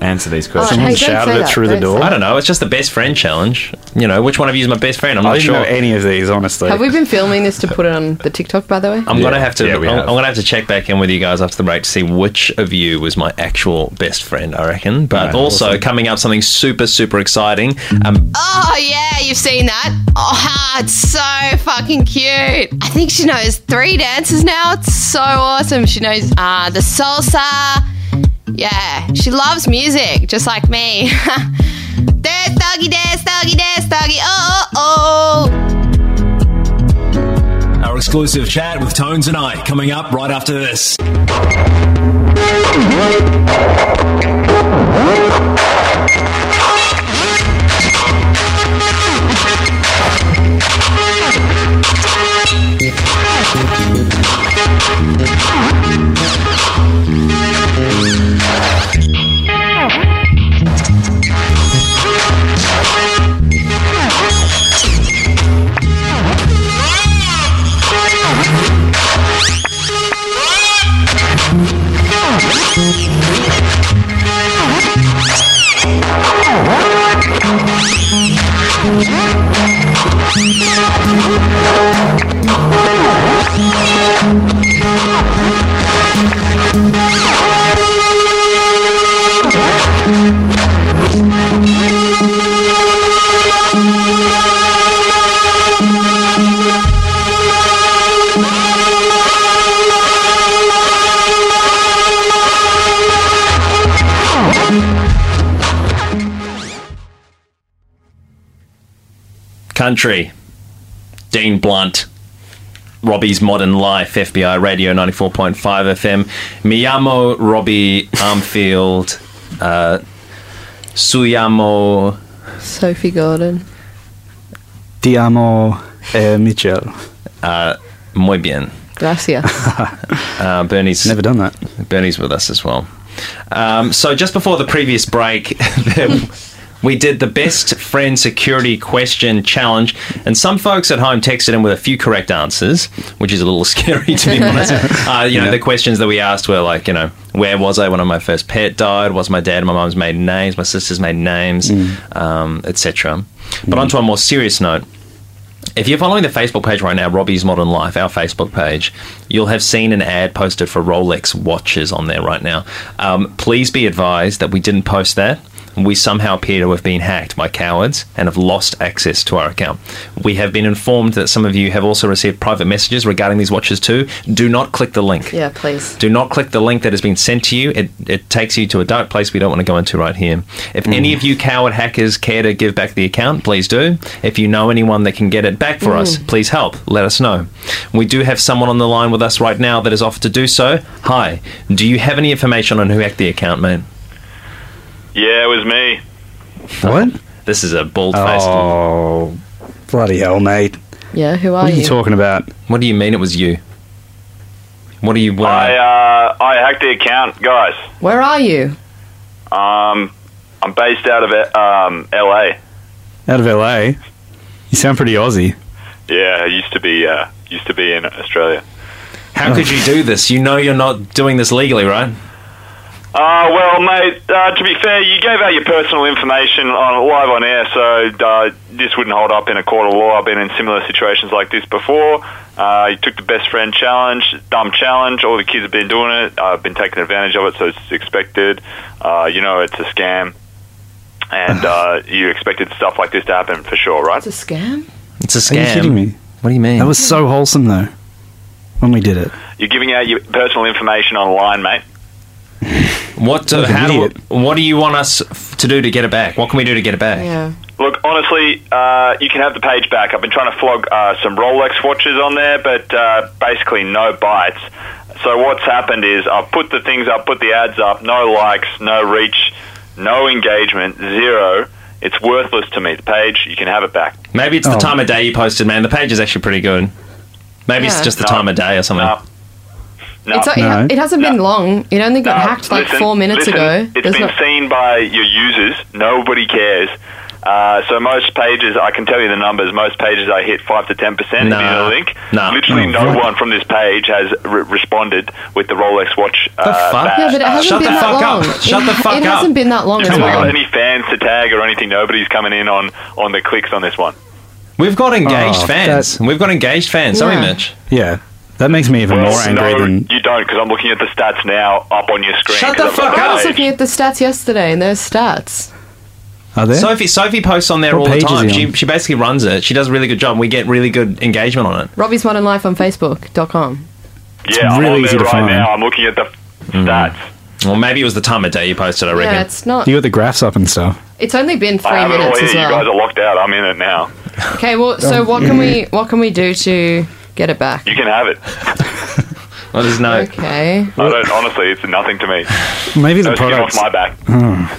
E: answer these
D: Oh, hey,
E: questions?
D: Someone don't
B: shouted say it that, through the don't door. say
D: I don't know. It's just the best friend challenge. You know, which one of you is my best friend? I'm not
C: I didn't
D: sure.
C: know any of these, honestly.
B: Have we been filming this to put it on the TikTok? By the way,
D: I'm gonna
E: Yeah,
D: have to.
E: yeah,
D: I'm,
E: we have.
D: I'm gonna have to check back in with you guys after the break to see which of you was my actual best friend. I reckon. But also coming up, something super super exciting. Um,
H: Oh yeah, you've seen that. Oh, it's so fucking cute. I think she knows three dances now. It's so awesome. She knows uh, the salsa. Yeah, she loves music just like me. *laughs* dance, doggy, dance, doggy, dance, doggy. Oh, oh, oh.
Q: Our exclusive chat with Tones and I coming up right after this.
D: country. Dean Blunt. Robbie's Modern Life, FBI Radio 94.5 FM. Miyamo Robbie Armfield. Uh, Suyamo.
B: Sophie Gordon.
C: Ti amo, eh, Mitchell.
D: Uh, muy bien. *laughs*
B: Gracias.
D: Uh, Bernie's never
C: done that.
D: Bernie's with us as well. Um, so just before the previous break, *laughs* there- we did the best friend security question challenge, and some folks at home texted in with a few correct answers, which is a little *laughs* scary to be honest. Uh, you know, the questions that we asked were like, you know, where was I when my first pet died? Was my dad and my mum's maiden names? My sister's maiden names,
C: Mm.
D: um, etc. But onto a more serious note. If you're following the Facebook page right now, Robbie's Modern Life, our Facebook page, you'll have seen an ad posted for Rolex watches on there right now. Um, please be advised that we didn't post that. We somehow appear to have been hacked by cowards and have lost access to our account. We have been informed that some of you have also received private messages regarding these watches too. Do not click the link.
B: Yeah, please.
D: Do not click the link that has been sent to you. It, it takes you to a dark place we don't want to go into right here. If
B: Mm.
D: any of you coward hackers care to give back the account, please do. If you know anyone that can get it back for us,
E: Mm.
D: please help. Let us know. We do have someone on the line with us right now that is offered to do so. Hi. Do you have any information on who hacked the account, man?
L: Yeah, it was me.
C: What?
D: *laughs* This is a bald faced.
C: Oh, bloody hell, mate!
B: Yeah, who are,
C: What are you talking about?
D: What do you mean it was you? What do you? What,
L: I uh, I hacked the account, guys.
B: Where are you?
L: Um, I'm based out of uh, um LA.
C: Out of LA, you sound pretty Aussie.
L: Yeah, I used to be uh, used to be in Australia.
D: how could you do this? You know you're not doing this legally, right?
L: Uh, well, mate. Uh, to be fair, you gave out your personal information on live on air, so uh, this wouldn't hold up in a court of law. I've been in similar situations like this before. Uh, you took the best friend challenge, dumb challenge. All the kids have been doing it. I've been taking advantage of it, so it's expected. Uh, you know, it's a scam,
B: *sighs*
L: and uh, you expected stuff like this to happen for sure, right?
B: It's a scam.
D: It's a
C: Are
D: scam.
C: you kidding me?
D: What do you mean?
C: That was so wholesome though. When we did it,
L: You're giving out your personal information online, mate.
D: What? Uh, how do? What do you want us f- to do to get it back? What can we do to get it back?
B: Yeah.
L: Look, honestly, uh, you can have the page back. I've been trying to flog uh, some Rolex watches on there, but uh, basically no bites. So what's happened is I've put the things up, put the ads up, no likes, no reach, no engagement, zero. It's worthless to me. The page, you can have it back.
D: Maybe it's the
L: Oh.
D: time of day you posted, man. The page is actually pretty good. Maybe
B: Yeah.
D: it's just the time of day or something.
B: It's, it, ha- it hasn't been long. It only got hacked like
L: Listen,
B: four minutes
L: listen,
B: ago.
L: It's
B: There's
L: been
B: not-
L: seen by your users. Nobody cares. Uh, so most pages, I can tell you the numbers. Most pages I hit five to ten percent. If you
D: Nah.
L: need a link,
D: Nah.
L: literally
D: No,
L: no
D: what?
L: one from this page has re- responded with the Rolex watch. Uh, badge.
B: Yeah, but it hasn't
D: Shut
B: been
D: the
B: that
D: fuck
B: long.
D: up.
B: It
D: Shut the
B: ha-
D: fuck
B: It
D: up.
B: hasn't been that long
L: You
B: as
L: haven't got
B: well.
L: any fans to tag or anything. Nobody's coming in on on the clicks on this one.
D: We've got engaged
C: Oh,
D: fans. We've got engaged fans. Sorry,
L: Yeah.
D: Mitch.
C: yeah, that makes me even
L: Well,
C: more angry
L: no,
C: than
L: you don't, because I'm looking at the stats now up on your screen.
D: Shut the
L: 'cause I've got
D: fuck
B: I was
L: page.
B: looking at the stats yesterday, and there's stats.
C: Are there?
D: Sophie Sophie posts on there
C: What
D: all the
C: page is
D: time.
C: he
D: She,
C: on?
D: she basically runs it. She does a really good job. and We get really good engagement on it.
B: Robbie's Modern Life on Facebook.com.
L: Yeah, I'm
D: really
L: on
D: easy
L: there
D: to
L: right
D: find. Mm.
L: now. I'm looking at the stats.
D: Well, maybe it was the time of day you posted. I reckon.
B: Yeah, it's not.
C: you got the graphs up and stuff.
B: It's only been three
L: I have it all
B: minutes
L: here.
B: as
L: You guys
B: well.
L: are locked out. I'm in it now.
B: Okay, well, so what can
D: *laughs*
B: we what can we do to get it back?
L: You can have it.
D: Well, there's no.
B: Okay.
L: I don't, honestly, it's nothing to me.
C: Maybe the
L: No skin
C: products.
L: off my back.
C: Oh,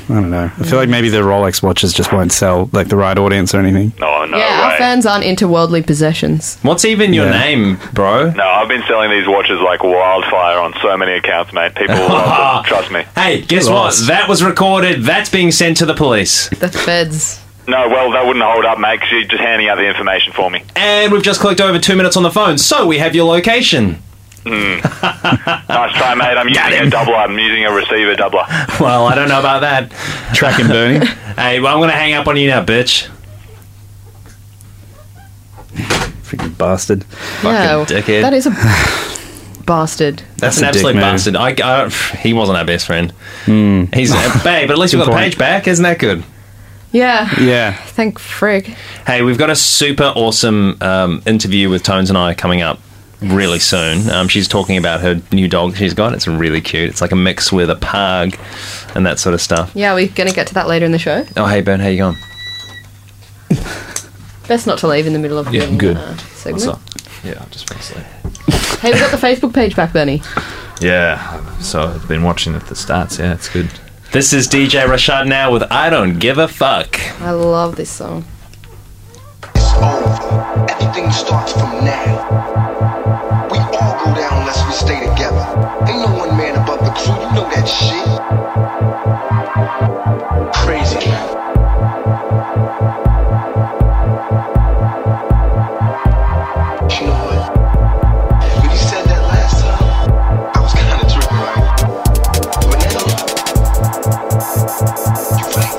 C: I don't know. I feel like maybe the Rolex watches just won't sell like the right audience or anything.
L: No, no
B: yeah, our
L: way.
B: fans aren't into worldly possessions.
D: What's even your name, bro?
L: No, I've been selling these watches like wildfire on so many accounts, mate.
D: *laughs*
L: People love them. Trust me.
D: Hey, guess
L: Lost.
D: what? That was recorded. That's being sent to the police.
B: The feds.
L: No, well, that wouldn't hold up, mate, 'cause you're just handing out the information for me.
D: And we've just clicked over two minutes on the phone, so we have your location. *laughs*
C: *laughs*
L: Mm. nice try, mate. I'm using a doubler. I'm using a receiver doubler.
D: Well, I don't know about that.
C: Tracking Bernie.
D: *laughs* hey, well, I'm going to hang up on you now, bitch.
C: Freaking bastard.
B: yeah,
D: dickhead.
B: That is a
D: *sighs*
B: bastard.
C: That's
D: That's, an
C: a dick
D: absolute
C: move. Hmm.
D: bastard. I, I- he wasn't our best friend.
C: *laughs*
D: He's uh, babe, but at least we
C: Good
D: got the
C: point.
D: page back. Isn't that good?
B: Yeah.
C: Yeah.
B: Thank frig.
D: Hey, we've got a super awesome um, interview with Tones and I coming up really soon. Um, she's talking about her new dog she's got. It's really cute. It's like a mix with a pug and that sort of stuff.
B: Yeah, we're gonna get to that later in the show.
D: Oh, hey, Ben, how you going?
B: Best not to leave in the middle of
D: Yeah,
B: the
D: good.
B: Uh,
D: What's
B: segment.
D: up? Yeah, I'm just asleep.
B: Hey, we got the Facebook page back, Bernie.
E: Yeah, so I've been watching at the stats. Yeah, it's good.
D: This is DJ Rashad now with I Don't Give a Fuck.
B: I love this song.
R: Everything starts from now. We all go down unless we stay together. Ain't no one man above the crew, you know that shit. Crazy. You know what? When you said that last time, I was kinda tripping, right? But now, you're right.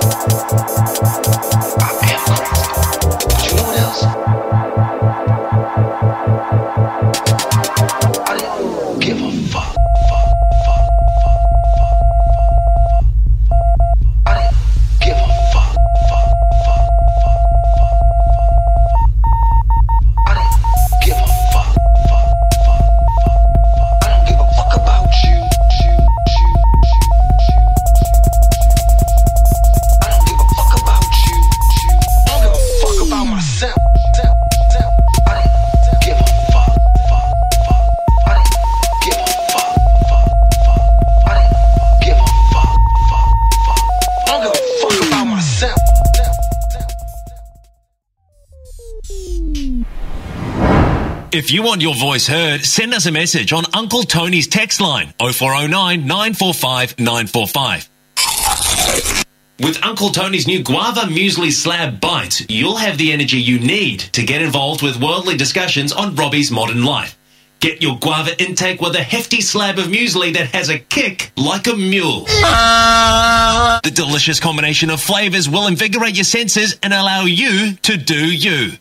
R: I am crazy. But you know what else? I don't give a fuck, fuck, fuck, fuck, fuck, fuck.
Q: If you want your voice heard, send us a message on Uncle Tony's text line 0409 945 945. With Uncle Tony's new guava muesli slab bite, you'll have the energy you need to get involved with worldly discussions on Robbie's modern life. Get your guava intake with a hefty slab of muesli that has a kick like a mule. The delicious combination of flavors will invigorate your senses and allow you to do you.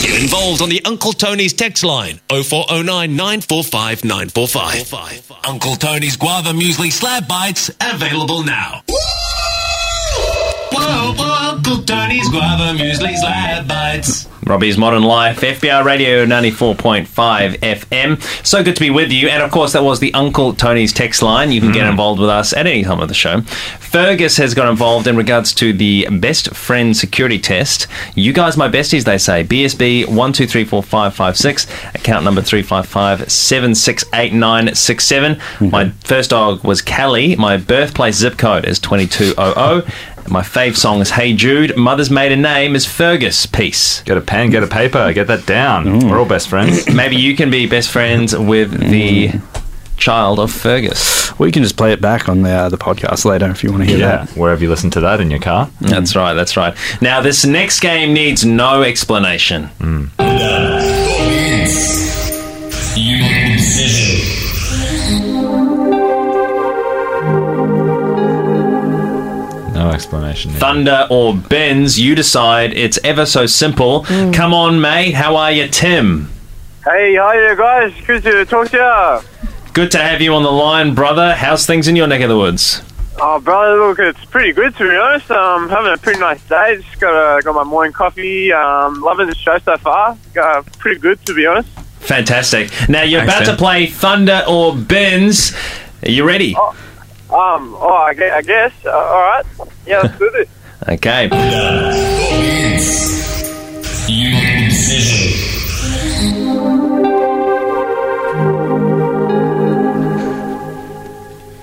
Q: Get involved on the Uncle Tony's text line 0409 945 945. Uncle Tony's Guava Muesli Slab Bites available now. Whoa, whoa, Uncle Tony's Guava Muesli Slab Bites.
D: Robbie's Modern Life, FBR Radio 94.5 FM. So good to be with you. And of course, that was the Uncle Tony's text line. You can get involved with us at any time of the show. Fergus has got involved in regards to the best friend security test. You guys, my besties, they say. BSB 12345556, account number 355 My first dog was Callie. My birthplace zip code is 2200. My fave song is Hey Jude. Mother's maiden name is Fergus. Peace.
E: Get a pen, get a paper, get that down. We're all best friends.
D: *coughs* Maybe you can be best friends with the child of Fergus.
C: We can just play it back on the uh, the podcast later if you want to hear
E: Yeah,
C: that.
E: wherever you listen to that in your car.
D: That's right, that's right. Now, this next game needs no explanation.
E: Mm. No explanation.
D: Thunder or Benz, you decide. It's ever so simple. Come on, mate. How are you, Tim?
S: Hey, how are you guys? Good to talk to you.
D: Good to have you on the line, brother. How's things in your neck of the woods?
S: Oh, brother, look, it's pretty good to be honest. Um, having a pretty nice day. Just got a, got my morning coffee. Um, loving the show so far. Uh, pretty good to be honest.
D: Fantastic. Now, you're
S: Thanks,
D: about
S: Tim.
D: to play Thunder or Benz. Are you ready?
S: Um, oh, I guess. I guess. Uh, all right. Yeah, let's do this.
D: Okay.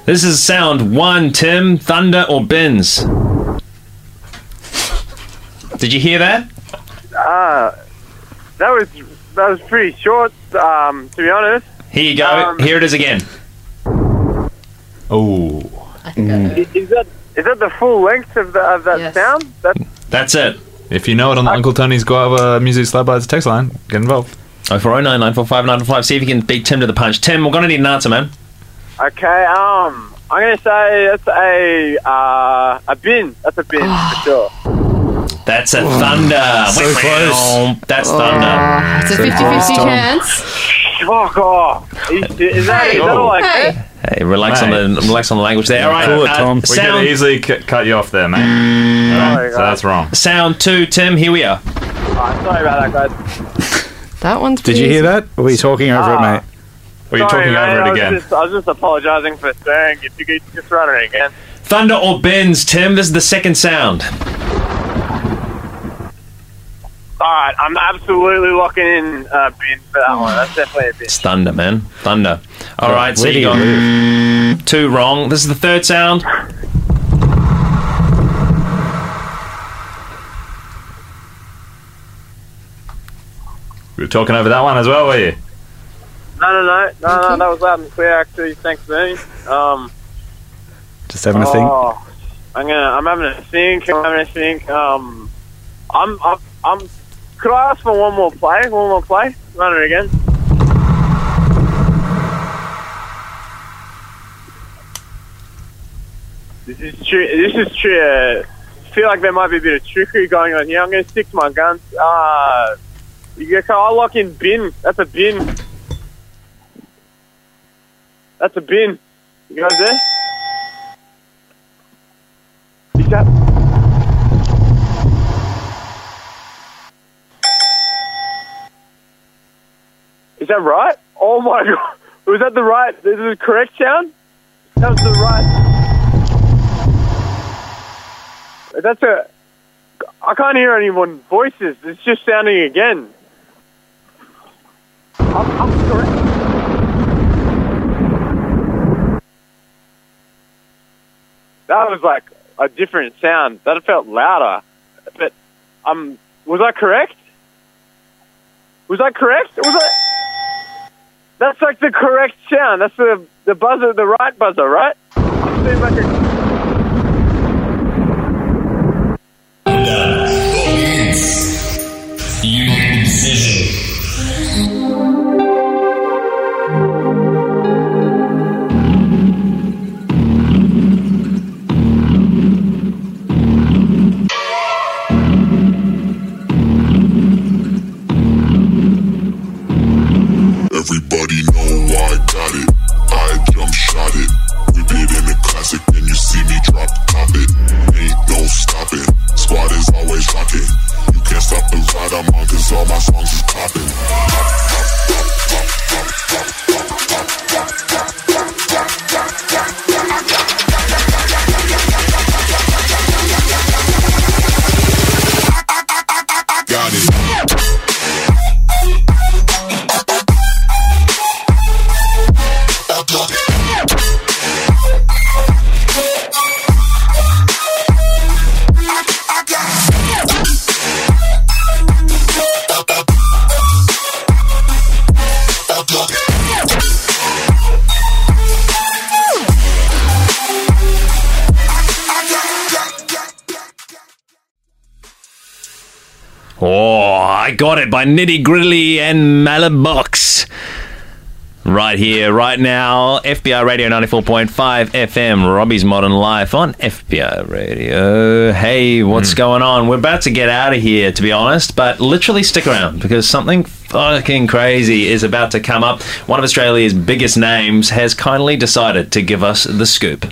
D: This is sound one, Tim. Thunder or Benz? Did you hear that?
S: Uh, that was that was pretty short. Um, to be honest. Um,
D: Here you go. Here it is again. Oh.
S: I- Is that is that the full length of the, of that sound? That's
D: That's it.
E: If you know it on the Uncle Tony's Guava Music Slab Bites text line, get involved.
D: 0409 945 945. See if you can beat Tim to the punch. Tim, we're going to need an answer, man.
S: okay. Um, I'm gonna say that's a uh, a bin. That's a bin for sure.
D: That's a thunder.
S: So
D: close. That's thunder.
S: Ah, it's a So 50-50 close, Tom. chance. Fuck off. Is, is that, is that all I get?
D: Hey, relax
E: Mate.
D: on the relax on the language there. All right,
E: Cool it,
D: uh,
E: Tom. We
D: Sound,
E: could easily c- cut you off there, mate. All right, so that's wrong.
D: sound two, Tim. Here we are.
S: Oh, sorry about that, guys.
B: That one's.
C: Did you hear that? Were you talking over
E: Ah.
C: it, mate?
E: Were you
S: Sorry,
E: talking
S: mate,
E: over
S: I
E: it
S: was
E: again?
S: Just, I was just apologising for saying if you could just run it again.
D: Thunder or bends, Tim. This is the second sound.
S: All right, I'm absolutely locking in uh, bin for that one. That's definitely a bin.
D: It's thunder, man. Thunder. All
S: Oh,
D: right, so
S: where
D: you
S: do
D: got
S: you
D: two wrong. This is the third sound.
E: We were talking over that one as well, were you?
S: No, no, no, no, no. That was loud and clear, actually. Thanks, mate. Um,
C: Just having a think.
S: oh, I'm gonna. I'm having a think. I'm having a think. Um, I'm. I'm. I'm could I ask for one more play? One more play? Run it again. This is true. This is true. Uh, I feel like there might be a bit of trickery going on here. I'm going to stick to my guns. Uh, you get, I'll lock in bin. That's a bin. That's a bin. You guys there? Is that? Is that right? Oh my *laughs* god! Was that the right? Is the correct sound? That was the right. That's a. I can't hear anyone's voices. It's just sounding again. I'm, I'm correct. That was like a different sound. That felt louder. But um, was I correct? Was that correct? Was that? That's like the correct sound. That's the the buzzer, the right buzzer, right? Seems like a-
G: Everybody know Oh, I got it. I jump shot it. Whip it in a classic, and you see me drop top it. Ain't no stopping. Squad is always rocking. You can't stop the ride I'm on, cause all my songs is popping. Got it.
D: Oh, I got it by Nitty Gritty and Malabox. Right here, right now, FBI Radio 94.5 FM, Robbie's Modern Life on FBI Radio. Hey,
S: Hmm.
D: what's going on? We're about to get out of here, to be honest, but literally stick around because something fucking crazy is about to come up. One of Australia's biggest names has kindly decided to give us the scoop.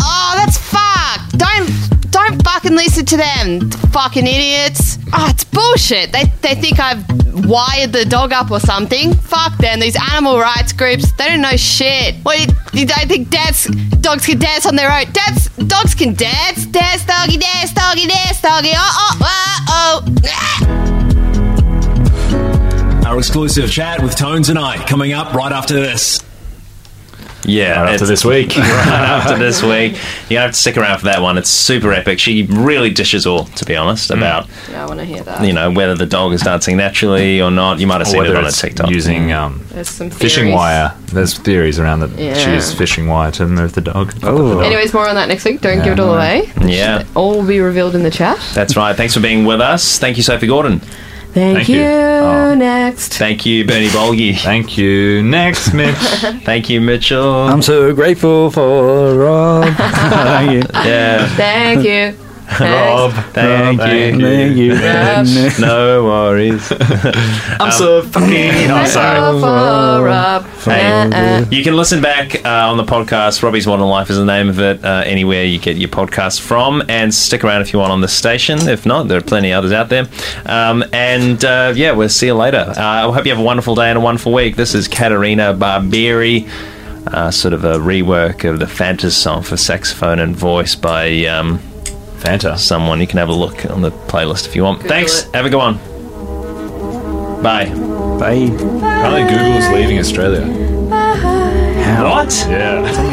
H: Oh, that's fucked. Don't don't fucking listen to them, fucking idiots. Oh, it's bullshit. They they think I've wired the dog up or something. Fuck them. These animal rights groups, they don't know shit. What you, you don't think dads dogs can dance on their own? Dads dogs can dance, dance doggy, dance doggy, dance doggy. Oh oh oh oh.
Q: Our exclusive chat with Tones and I coming up right after this.
D: Yeah, right after this week. *laughs* right after this week, you have to stick around for that one. It's super epic. She really dishes all, to be honest, about
B: Yeah, I want to hear that.
D: you know whether the dog is dancing naturally or not. You might have
E: Or
D: seen it
E: whether
D: on a
E: it's
D: TikTok
E: using, um,
B: There's some
E: Fishing
B: theories.
E: wire. There's theories around that she
B: Yeah.
E: used fishing wire to move the dog. Oh,
B: Anyways, more on that next week. Don't
D: Yeah,
B: give it all
D: I
B: away.
D: Yeah,
B: All will be revealed in the chat.
D: that's right. Thanks for being with us. Thank you, Sophie Gordon.
B: Thank,
D: Thank
B: you.
D: you. Oh.
B: Next.
D: Thank you, Bernie Bolgi.
E: Thank you.
D: *laughs*
E: Next, Mitch.
D: Thank you, Mitchell.
C: I'm so *laughs* grateful for Rob. Thank
E: Oh.
C: *laughs* you.
H: oh.
D: Yeah.
E: *laughs*
B: Thank you.
C: Rob.
D: Thank
C: Rob,
D: you.
C: thank you. *laughs* Rob.
E: *laughs*
D: no worries. Um,
E: I'm so fucking.
D: *laughs* I'm
B: Thank you for
F: Uh,
B: up.
D: Hey, you can listen back uh, on the podcast. Robbie's Modern Life is the name of it. Uh, anywhere you get your podcast from, and stick around if you want on the station. If not, there are plenty others out there. Um, and uh, yeah, we'll see you later. Uh, I hope you have a wonderful day and a wonderful week. This is Katerina Barbieri. Uh, sort of a rework of the Fanta song for saxophone and voice by um, Fanta. Someone you can have a look on the playlist if you want. Thanks. Have a good one. Bye.
C: Bye.
E: Apparently, Google's leaving Australia.
D: What?
E: Yeah.